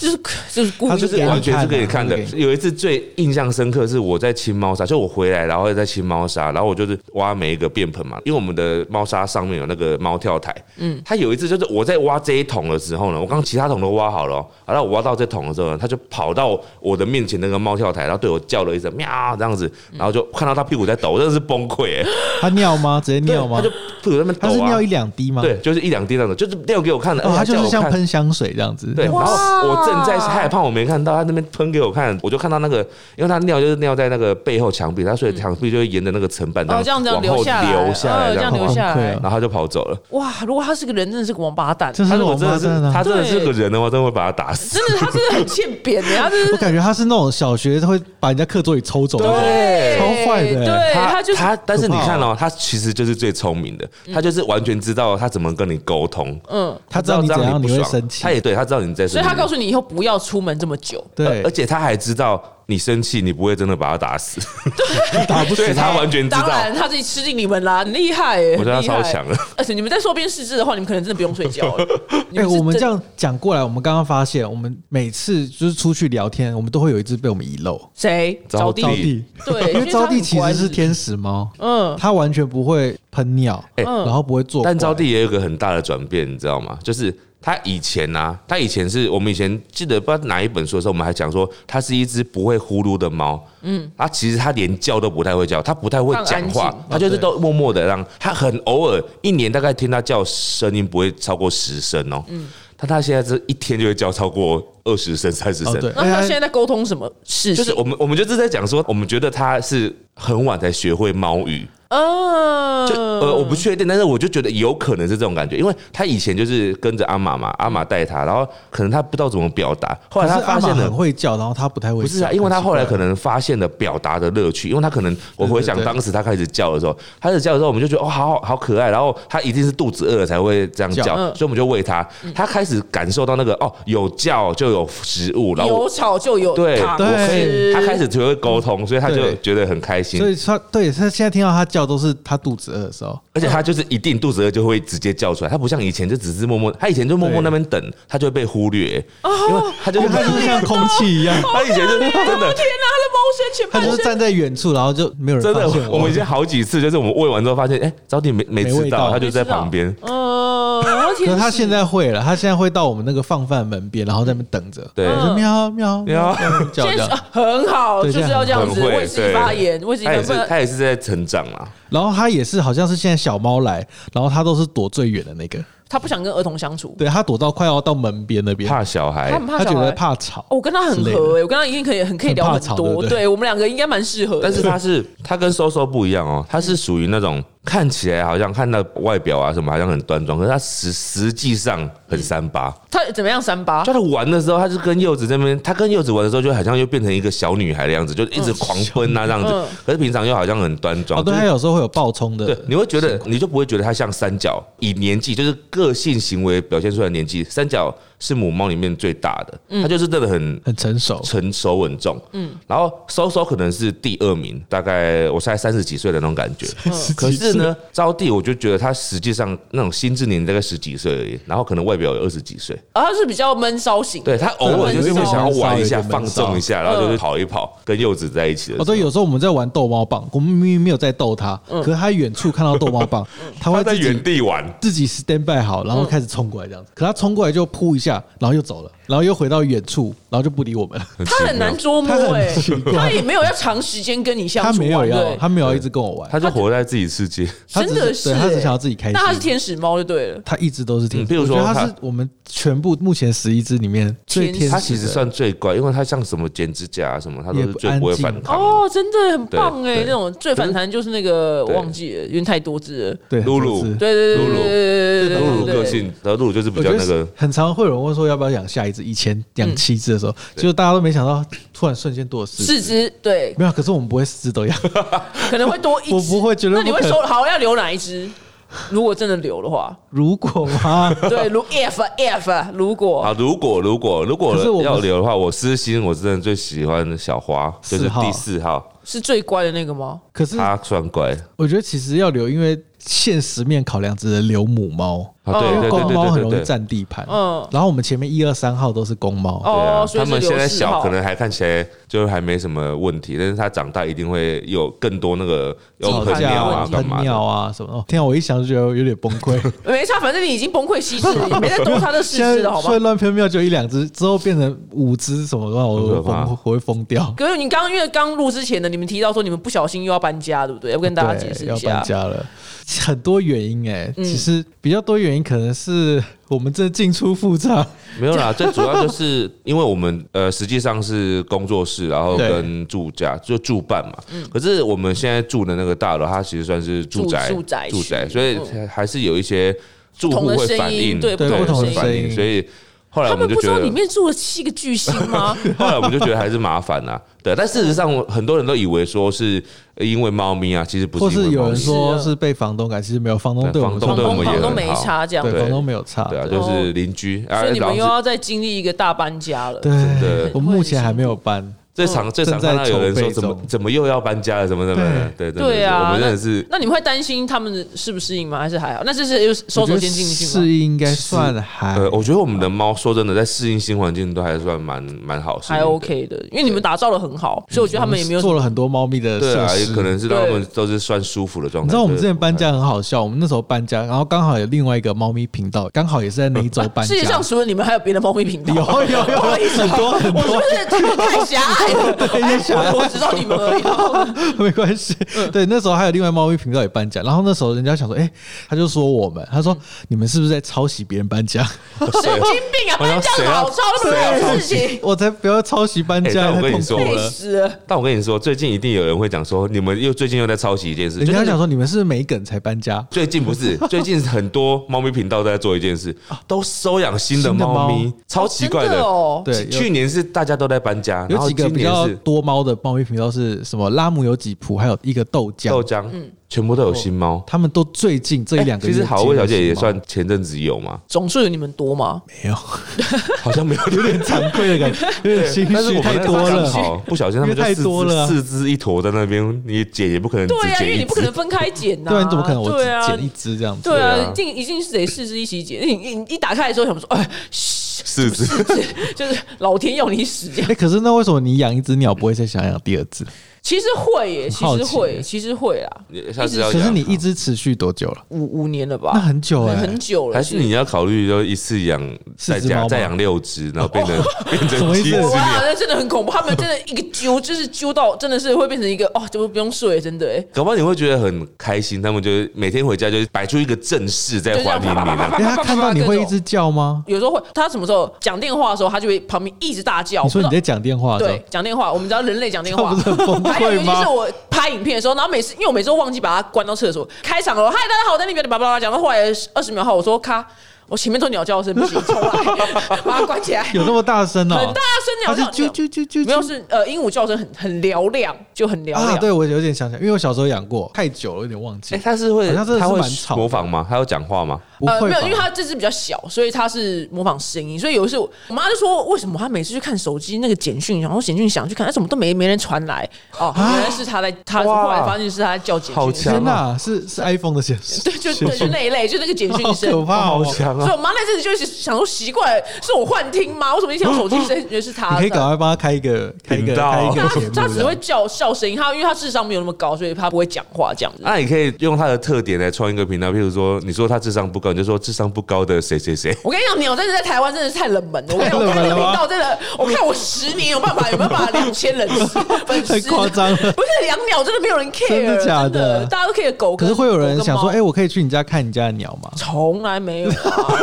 就是就是故意他的，就就是给你完全是看可以啊看的对。有一次最印象深刻是我在清猫砂，就我回来然后在清猫砂，然后我就是挖每一个便盆嘛，因为我们的猫砂上面有那个猫跳台，嗯，它有一次就是我在挖这一桶的时候呢，我刚其他桶都挖好了、哦，然后我挖到这桶的时候呢，它就跑到我的面前那个猫跳台，然后对我叫了一声喵这样子，然后就看到它屁股在抖，我真的是崩溃、欸，他尿吗？直接对尿吗它就？屁股在那边抖、他啊，是尿一两滴吗？对，，就是一两滴那种，就是尿给我看的，哦，而他且就叫是我像看喷香水这样子。对，然哇后我正在害怕，我没看到他那边喷给我看，我就看到那个，因为他尿就是尿在那个背后墙壁，他所以墙壁就会沿着那个层板哦这样这样往后留下来，流下来，哦这然样后留下好来崩然溃，后他就跑走了。哇！如果他是个人，真的是个王八蛋，这他是如果我真的妈是真的他啊。真的是个人的话，真的会把他打死。真的他真的很欠扁 [laughs] 的，他真我的是感觉他是那种小学会把人家课桌椅抽走的那种。对超坏的欸对他就是他，但是你可怕看哦，他其实就是最聪明的，他就是完全知道他怎么跟你沟通，嗯，他知道你这怎样你你不会爽生气他，也对他知道你在生气，所以他告诉你以后不要出门这么久，对而，且他还知道你生气，你不会真的把他打死，打不所以 [laughs] 死他完全知当道。然他自己吃进你们啦，很厉害耶，我觉得他很厉超害强的。而且你们在说边试制的话，你们可能真的不用睡觉了。 [laughs] 你哎、是我们真这样讲过来，我们刚刚发现，我们每次就是出去聊天，我们都会有一只被我们遗漏，谁招招娣？娣地， [laughs] 对，因为招娣其实是天，天使猫，嗯，它完全不会喷尿，哎然后不会做怪，但招娣也有一个很大的转变，你知道吗？就是他以前呐，啊，他以前是我们以前记得不知道哪一本书的时候，我们还讲说它是一只不会呼噜的猫。嗯，它其实它连叫都不太会叫，它不太会讲它很安话静，它就是哦对都默默的让它很偶尔一年大概听它叫声音不会超过十声哦。嗯，但它现在这一天就会叫超过二十声、三十哦声。对，那他现在在沟通什么事就情？是我们我们就是在讲说，我们觉得它是很晚才学会猫语。嗯，就呃，我不确定，但是我就觉得有可能是这种感觉，因为他以前就是跟着阿玛嘛，阿玛带他，然后可能他不知道怎么表达，后来可他是阿发现玛很了。会叫，然后它不太会叫，不是啊，因为他后来可能能发现了表达的乐趣，因为他可能我回想对对对当时他开始叫的时候，开始叫的时候我们就觉得哦，好好好可爱，然后他一定是肚子饿了才会这样叫嗯叫，嗯所以我们就喂他，他开始感受到那个哦，有叫就有食物，然后有我吵就有对，糖我可以，吃他开 [laughs] 始学会沟通，所以他就对觉得很开心所，以它对它现在听到它叫都是它肚子饿的时候，而且他就是一定肚子饿就会直接叫出来，他不像以前就只是默默，他以前就默默那边等，他就会被忽略，因为他就因是为它就是像空气一 [laughs] 样，他以前就真的天哪，他的猫生前它半就是生站在远处，然后就没有人真发的，现我们已经好几次就是我们喂完之后发现，哎，招娣没没没吃味到，道他就在旁边。嗯，然后可天是使它现在会了，它现在会到我们那个放饭门边，然后在那边等着，对嗯就是喵喵喵叫现这在样是。很好，对就是要这样子很会为自己发言，为自己他也能是不能他也是在成长啊，然后它也是，好像是现在小猫来，然后它都是躲最远的那个，他不想跟儿童相处，对，它躲到快要到门边那边，怕小他孩很。怕它小觉得孩。怕吵哦。我跟他很之类合的诶，我跟他一定可以很可以聊很怕很吵对多，不对对我们两个应该蛮适合的。但是他是他跟收收不一样哦，他是属于那种看起来好像看到外表啊什么好像很端庄，可是他实实际上很三八。他怎么样三八？就他玩的时候，他就跟柚子那边，他跟柚子玩的时候，就好像又变成一个小女孩的样子，就一直狂奔啊这样嗯子。可是平常又好像很端庄，哦，对，就是它有时候会有爆冲的，对，你会觉得你就不会觉得它像三角，以年纪就是个性行为表现出来的年纪，三角是母猫里面最大的，它就是真的很很成熟。成熟稳重，嗯，然后收收可能是第二名，大概我才三十几岁的那种感觉，可是呢，招娣我就觉得他实际上那种心智年龄大概十几岁而已，然后可能外表有二十几岁。然后是比较闷骚型，对他偶尔就是会想要玩一下、有点放纵一下，然后就是跑一跑，跟柚子在一起的时候。哦，对，有时候我们在玩逗猫棒，我们明明没有在逗它，可是它远处看到逗猫棒，它他会在自己原地玩，自己 stand by 好，然后开始冲过来这样子。可它冲过来就扑一下，然后又走了，然后又回到远处，然后就不理我们了。他很难捉摸他很哎、奇欸，妙他也没有要长时间跟你相它处没嘛，对有要，不它对？没有一直跟我玩，他就活在自己世界。它只真的是、对欸，它只想要自己开心。那他是天使猫就对了，它一直都是嗯天使，比如说我觉得它它是我们全部目前十一只里面最天使天使的。他其实算最乖，因为他像什么剪指甲啊什么，他都也是不最不会安静反抗。哦，真的很棒对哎、对那种最反弹就是那个我对忘记了，因为太多只了。对露露很多只对对对对对对对对露露对对个对对。性，然后露露就是比我较觉那个嗯得。很常会有人问说要不要养下一只，以前养七只的时候，就大家都没想到，突然瞬间多了四只。四只对，没有，可是我们不会四只都养，可能会多一只。我不会绝对那你不会可能收好要留哪一只？如果真的留的话， [laughs] 如果 [laughs] 吗？对，如 if if 如啊果，如果如果如果可是我们要留的话，我私心我真的最喜欢小花，就是四号第四号，是最乖的那个吗？可是她算乖我觉得其实要留，因为现实面考量，只能留母猫，啊，哦对对对公猫很对哦容易对对。占地盘。嗯嗯，然后我们前面一二三号都是公猫，对啊哦，，所以他是们留现在四小号可。能还看起来就还没什么问题，但是他长大一定会有更多那个要吵喷架尿啊啊、干喷嘛的尿啊什么的。哦天啊，我一想就觉得有点崩溃。没差，反正你已经崩溃稀释， [laughs] 了，也没再多他的事现在实了，好吧所以？乱飘喵就一两只，之后变成五只什么的话，我很可会怕疯，我会疯掉。可是你刚因为刚录之前呢，你们提到说你们不小心又要搬家，对不对？要不跟大家对解释一要下嗯搬。家了，很多原因哎、其实比较多原因可能是我们这进出复杂，没有 [laughs] 啦，最主要就是因为我们呃，实际上是工作室，然后对跟住家就住办嘛。嗯可是我们现在住的那个大楼，它其实算是住宅，住住宅区嗯住宅，所以还是有一些住户会反映，不同的声音对不同的反声应，音所以。后来他我们们就不知觉道得里，面住了七个巨星 [laughs] 吗？后来我们就觉得还是麻烦啦、对，但事实上，很多人都以为说是因为猫咪啊，其实不或是因是为有猫人咪。说是啊是被房东改，其实没有，房东对对我们房房东对我东们也房很东没好差这样，对对房东没有差，对啊，就是邻居啊，所以你然们后又是要再经历一个大搬家的了。对，我目前还没有搬。最常最常哦正在看到有人筹说备怎么中怎么又要搬家了，怎么怎么的对对对我啊，们真的是那那你们会担心他们适不适应吗？还是还好？那这是又收我手觉得先进去吗？是应该算还呃，我觉得我们的猫说真的，在适应新环境都还算蛮蛮好适应的，还 OK 的，因为你们打造的很好，所以我觉得他们也没有做了很多猫咪的对设啊，也施。可能是让他对们都是算舒服的状态。你知道我们之前搬对家很好笑，我们那时候搬家，然后刚好有另外一个猫咪频道，刚好也是在那一周搬家。 [laughs] 世界 [laughs] 上除了你们还有别的猫咪频道？有有有不好意思很多很多我是不是太狭隘了？ [laughs] 太狭隘我只知道你们而已。没关系。对，那时候还有另外猫咪频道也搬家，然后那时候人家想说，哎、他就说我们，他说你们是不是在抄袭别人搬家？ [laughs] 神经病啊！我搬想家谁要老超那么多事情，我才不要抄袭搬家，哎但我跟你太痛苦说累 [laughs] 了。死 [laughs] 了。但我跟你说，最近一定有人会讲说，你们又最近又在抄袭一件事，人就是家你想说你们是不是没梗才搬家，最近不 [laughs] 是，最近很多猫咪频道都在做一件事，都收养新的哦新的猫咪猫，超奇怪真的哦对有去年是大家都在搬家，然有后几个今比年较是多猫的猫咪频道是什么？拉姆有几谱，还有一个豆豆浆，浆，全部都有新猫。他们都最近嗯哦这一两个哎其实月接了新猫、好味小姐也算前阵子有 [laughs] 嘛，总数有你们多吗？没有，好像没有有 [laughs] 点惭愧的感觉，有点心但是虚我们太那多时候了。好， [laughs] 不小心他们就因为太四多了只四啊只一坨在那边，你姐也不可能只对啊，因剪为一你不可只能。分开剪呐。对啊，你怎么可能我对啊只剪一只这样子？对对啊啊，一定一定是得四肢一起剪。你你你一打开的时候想说，哎，嘘四只， [laughs] 就是老天要你死这样。哎、可是那为什么你养一只鸟不会再想养第二只？其实会耶，其好实奇会，耶其实会啦， [laughs] 下次要可是养你一只持续多久了？五五年了吧？那很久哎、啊很久了，还是你要考虑，就一次养四再只加猫吗哦再养六只，然后变成变什成么意七思只我鸟哇，。那真的很恐怖，他们真的一个揪，就是揪到真的是会变成一个哦，怎么不用睡，真的哎，搞不好你会觉得很开心，他们就是每天回家就是摆出一个阵势在就这欢样迎你呢。 [laughs] 啊哎、他看到你会一直叫 [laughs] 吗？有时候会，他什么时候讲电话的时候，他就会旁边一直大叫。你说你不知在道讲电话的时候对，讲电话，我们知道人类讲电话 [laughs] 这不是很崩溃吗还有尤其是我拍影片的时候，然后每次因为我每次都忘记把它关到厕所，开场了，嗨，大家好，我在那边叭叭叭叭讲到后来二十秒后，我说咔，我前面都鸟叫声，不行，重来， [laughs] 把它关起来，有那么大声哦、很大声鸟它是叫，啾啾啾啾啾，没有是呃鹦鹉叫声很很嘹亮，就很嘹啊？亮。对，我有点想起来，因为我小时候养过，太久了，有点忘 [laughs] 记。哎，他是会好像真的是他会蛮吵的模仿吗？他要讲话吗？不呃，会没有，吧因为它这只比较小，所以它是模仿声音。所以有一次我，我妈就说，为什么她每次去看手机那个简讯，然后简讯响去看，哎她怎么都没没人传来？哦，原来是她在，她哇后来发现是她在叫简好讯强，天哪，是是 iPhone 的显示，对，就对，就那一类，就那个简好讯可声。怕好哦！强所以啊！我妈那阵子就是想说，奇怪，是我幻听吗？为什么一响手机声觉得是她你的？可以赶快帮他开一个开一个频道开一他个节目这他样，只会叫笑声音，他因为他智商没有那么高，所以他不会讲话这样子。那你可以用他的特点来创一个频道，譬如说，你说他智商不高，你就说智商不高的谁谁谁。我跟你讲，鸟真的在台湾真的是太冷门了。我跟你讲，我太看冷那门了个吗频道真的，我看我十年有办法有没有办法两千人 [laughs] 次粉丝？太夸张了不是养鸟真的没有人 care，真的假的真大家都 care 狗可跟。是会有人想说，狗跟猫哎，我可以去你家看你家的鸟吗？从来没有、啊，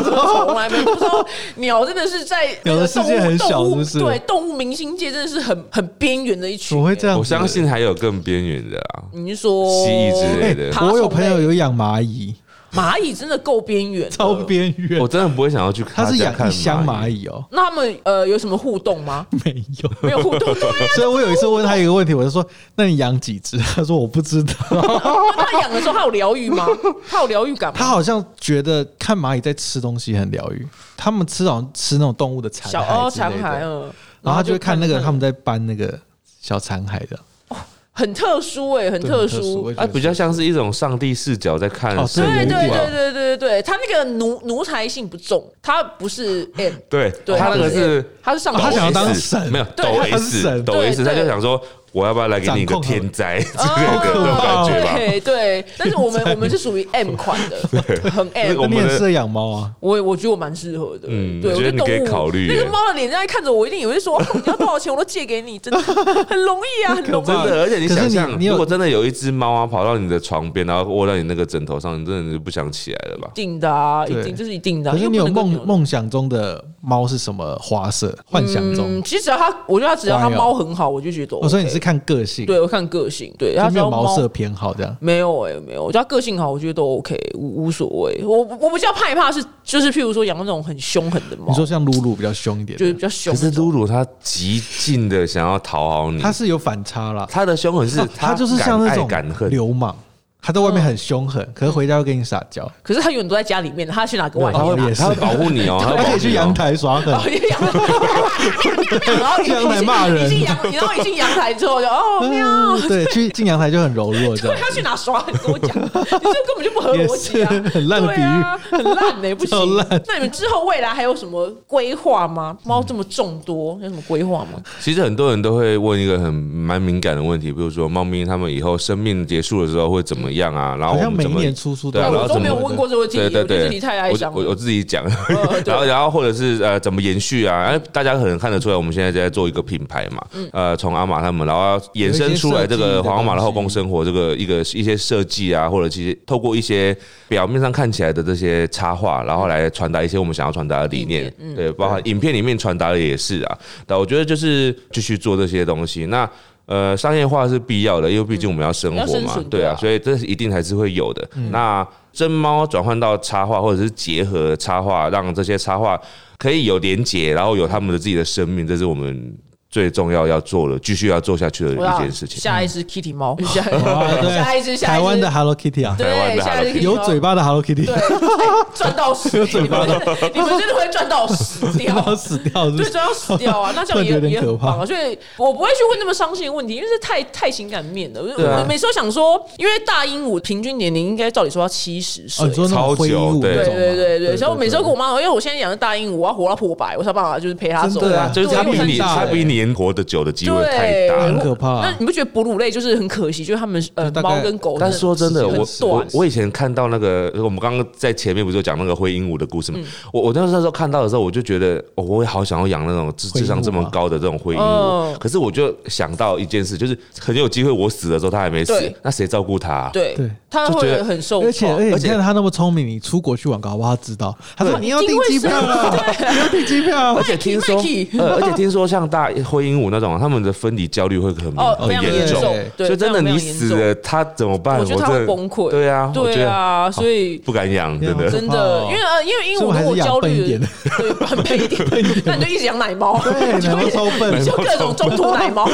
从来没有。不知道鸟真的是在鸟的世界很小动物是不是对，动物明星界真的是很很边缘的一群、怎么会这样？我相。信还有更边缘的啊，你是说蜥蜴之类哎的，呃爬虫类我有朋友有养蚂蚁，蚂蚁真的够边缘的，超边缘我。真的不会想要去看。他是养一箱蚂蚁，蚁哦， [laughs] 那他们呃有什么互动吗？没有。 [laughs] 没有互动，对啊呀、所以我有一次问他一个问题，我就说：“那你养几只？”他说：“我不 [laughs] 知道。那他养的时候，他有疗愈吗？他有疗愈感”他吗？好像觉得看蚂蚁在吃东西很疗愈，他们吃好像吃那种动物的残小哦，骸之残类骸，的，嗯，然后他就会看那个他们的在搬那个小残骸的，很特殊哎、很对特很特殊殊我。啊，比较像是一种上帝视角在看哦世界。对有一对点对对对对，他那个奴奴才性不重，他不是哎 M，对对，哦他那个不是 M，他是上哦他头想要的当 S，神没有对抖他是 S，神抖 S，对他对就想说我要不要来给你一个掌控他天灾之哦类的那种感觉吧。对对，但是 [laughs] 我们我们是属于 M 款的，很那 M 个那我。你们很的适合养猫啊，我我觉得我蛮适合的，嗯对，我我觉得你得动物可以考虑那耶个猫的脸在看着我，一定也会说、哦你要多少钱我都借给你，真的很容易啊，很容易。可怕真的，而且你可想是你象，你有如果真的有一只猫啊跑到你的床边，然后窝到你那个枕头上，你真的就不想起来了吧一？定的啊，一对定这是一定的啊、可是你因有为不能梦够梦想中的猫是什么花色？幻想中嗯，，其实只要他，我觉得他只要他乖哦猫很好，我就觉得 OK。我说你是看个性，对，我看个性，对，他就只没要有猫毛色偏好这样。没有哎、没有，我觉得他个性好，我觉得都 OK，无无所谓。我我比较害怕是，就是譬如说养那种很凶狠的猫你，说像露露比较凶一点就是的，比较凶可那是种。露露她极尽的想要讨好你，它是有反差啦。她的凶狠是哦它就是敢像那爱种敢恨，流氓，他在外面很凶嗯狠，可是回家会跟你撒娇，可是他永远都在家里面，他去哪个外她面？会也是她会保护你 [laughs] 哦，她会保他护可以你去哦阳台耍狠然。后就阳，然后已经阳台骂人已经阳，然后已经阳台之后就哦喵，嗯对，去进阳台就很柔弱这对， [laughs] 样。他去哪耍？你跟我讲，你这根本就不合逻辑啊也是，很烂的比喻对啊、很烂呢、不超行烂。那你们之后未来还有什么规划吗？猫这么众多，有什么规划吗？其实很多人都会问一个很蛮敏感的问题，比如说猫咪它们以后生命结束的时候会怎么样啊？然后好我像们每一怎么年出书都对啊哎然我后都怎没么有问过这个问题，对对我觉对，得你太哀伤我我我了。自己讲，呃对 [laughs] 然后然后或者是呃怎么延续啊？哎，大家可能看得出来，我们现在在做一个品牌嘛，嗯呃，从阿玛他们，然后衍生出来这个皇阿玛的后宫生活这个一个一些设计啊，或者其实透过一些表面上看起来的这些插画，然后来传达一些我们想要传达的理念，嗯对，包含影片里面传达的也是啊。那我觉得就是继续做这些东西，那。呃，商业化是必要的，因为毕竟我们要生嗯要活生嘛，存对对啊啊，所以这是一定还是会有的。那真猫转换到插画，或者是结合插画，让这些插画可以有连结，然后有他们的自己的生命，这是我们最重要要做的，继续要做下去的我一要件事情。下一只 Kitty 猫， [laughs] 下哇哦啊对下一只，下一只台湾的 Hello Kitty 啊，台湾对，的下一只 Kitty 有猫嘴巴的 Hello Kitty， [laughs] 对，哎赚到死，你们真的 [laughs] 你们真的会赚到死 [laughs] 然后掉。死掉是不对，是就要死掉 [laughs] 啊！那这样突然觉得也也有点可很怕棒啊，所以我不会去问那么伤心的问题，因为这太太情感面了。我对啊我每次都想说，因为大鹦鹉平均年龄应该照理说要七十岁哦，，你说那种超灰久雾对那对种啊吗，对对对，所以我每次都跟我我妈说，因为我现在养的大鹦鹉，我要活到破百，我才有办法就是陪它走。真的啊就是对他因为比我你，很他欸比你活得久的机会太对，大很了。可怕那你不觉得哺乳类就是很可惜，就是他们呃就大概猫跟狗，但说真的，很我我短我以前看到那个，我们刚刚在前面不是有讲那个灰鹦鹉的故事嗯吗？我我那时候看到的时候，我就觉得，哦我也好想要养那种智灰智商这鹦鹉么啊吗高的这种灰鹦鹉嗯。可是我就想到一件事，就是很有机会我死的时候它还没死对，那谁照顾它啊？对对，它就觉会得很受而且哎创而。且而你且看他那么聪明，你出国去玩，搞不好他知道。他说对 [laughs] 你要订机票了，你要订机票啊，而且听说，呃 Mikey，Mikey 呃，而且听说像大灰鹦鹉那种，他们的分离焦虑会很哦，很非常严严重重。对，所以真的，非常你严重死了，他怎么办？我觉得他会真的崩溃对啊，我觉对得啊，所以不敢养，真的。真的，因为呃，因为鹦所以我鹉还如是果养焦笨一虑点的，对， [laughs] 笨笨一 [laughs] 点，那你就一直养奶猫，[laughs] 对，就然后一直超笨你，就各种中途奶 [laughs] 猫，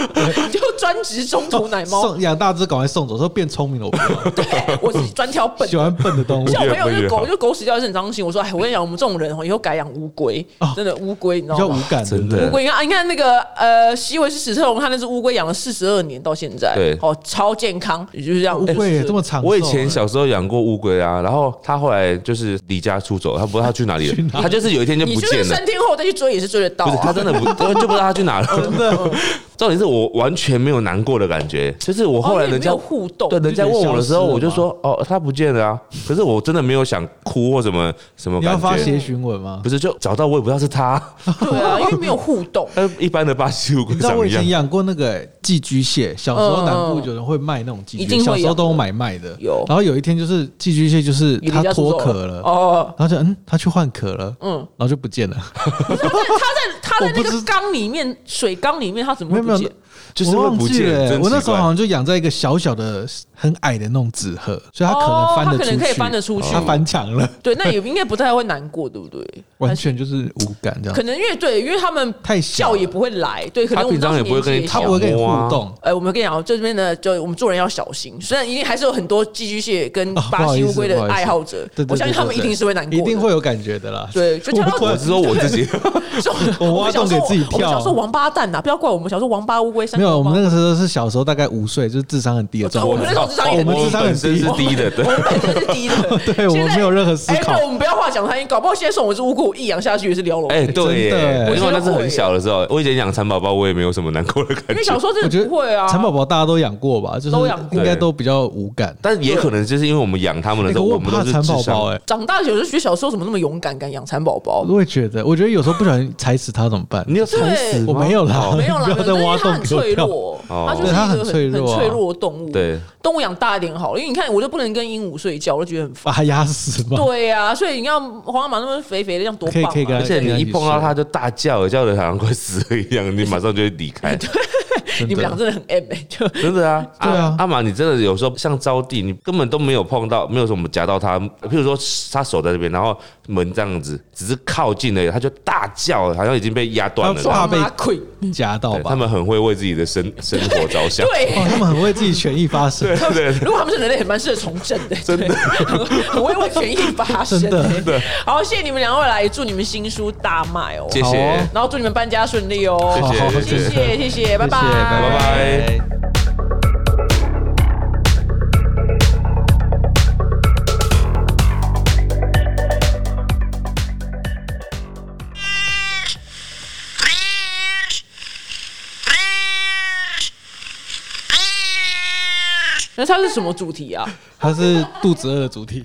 就专职中途奶猫。送养大只赶快送走，说变聪明了，我 [laughs] 不对，我是专挑笨要喜欢笨的动物。像我朋友就是越笨越好狗，就狗死掉也是很伤心。我说，哎，我跟你讲，我们这种人哦，以后改养乌龟，哦真的乌龟，你知比较道无吗？感，真对的不乌龟，你看啊，你看那个呃，西维斯史特龙，他那只乌龟养了四十二年，到现在，对哦，超健康，也就是这样。对乌龟就也是这么长寿，啊我以前小时候养过乌龟啊，然后它后来就是离家出走，它不知道它去哪里了，它就是有一天就你不就见是了。三天后再去追也是追得到不是，它啊。真的不，我就不知道它去哪了。真的，重点是我完全没有难过的感觉，就是我后来哦你也人没家有互动，对人家问我的时候，我就就觉得消失了说哦，它不见了啊。可是我真的没有想哭或什么什么你要感发觉，写询文吗不？是就找到我也不知道是 [laughs] 它，对啊，因为没有互 [laughs] 动。跟一般的巴西乌龟你知道长我一以前样。养过那个欸寄居蟹，小时候南部有人会卖那种寄嗯一居定蟹，会小时候有都有买卖的。有然后有一天就是寄居蟹，就是你它离家出脱走壳了，哦，然后就嗯，它去换壳了，嗯嗯，然后就不见了。 [laughs] 他在他在那我不个知缸里面，水缸里面，他怎么没会有没不有见？，就是我会忘不记见了欸。真我那奇时候怪好像就养在一个小小的、很矮的那种纸盒，所以它可能翻哦它得出可去，能可以翻得出去它翻墙了，对，那也应该不太会难过，对不 [laughs] 对？完全就是无感这样可。能因为对，因为他们太小叫了也不会来，对，可他能我们平常当时也不会跟你年纪它小不会跟你互摸啊动，呃，我们跟你讲，这边呢，就我们做人要小心。虽然一定还是有很多寄居蟹跟哦巴西乌龟不的好意思爱好者，对对对我相信他们一对对定是会难过的，一定会有感觉的啦。对就跳到我我是说我自己，就。我挖们小洞时给候自己我们跳小时候王八蛋呐、不要怪我们小时候王八乌龟。三 [laughs] 没有，个我王们八那个时候是小时候，大概五岁，就是智商很低的状我态们。那时候智商也哦我很低们智商本身是低的，对 [laughs] 我。们本身是低的， [laughs] 对我们现在没有任何思考哎，那我们不要话讲太硬，搞不好现在送我一只乌龟，我一养下去也是撩龙。哎、对耶真的耶，因为那是很小的时候，我以前养蚕宝宝，我也没有什么难过的感因为觉小。时候真我觉的不会啊得。蚕宝宝大家都养过吧，就是都养过应该都比较无感。但也可能就是因为我们养它们的那时个候，我我很们都怕是蚕智宝商宝，哎，长大有时候觉得小时候怎么那么勇敢，敢养蚕宝宝？我也觉得，我觉得有时候不小心踩死它怎么办？你有蚕死吗我没有啦哦没有啦，不要可再能因挖为它洞很给我脆跳弱，哦它就是对它一很个脆很弱啊脆弱的动物。对，动物养大一点好了，因为你看，我就不能跟鹦鹉睡觉，我就觉得很烦。把它压死吧。对呀、所以你看皇阿玛那么肥肥的，这样多可棒以啊！可以跟而它且你一碰到它就大叫，叫的好像快死了一样，你马上就会离 [laughs] 开。你们俩真的很 M 哎、就真的啊，对啊阿玛，你真的有时候像招娣，你根本都没有碰到，没有什么夹到它。譬如说，他手在这边，然后门这样子，只是靠近而已，它就大叫，好像已经被压断了它。怕被马溃，夹到对吧？他们很会为自己的生生活着 [laughs] 想。对。 [laughs] 哦，他们很为自己权益发声，对对如果他们是人类，很蛮适合从政的，真的，很会为权益发声。真的欸好，谢谢你们两位来，祝你们新书大卖哦，谢好谢哦，然后祝你们搬家顺利哦，谢好好谢，谢谢谢。谢谢谢，拜拜拜拜拜拜。那它是什么主题啊？啊它是肚子饿的主题。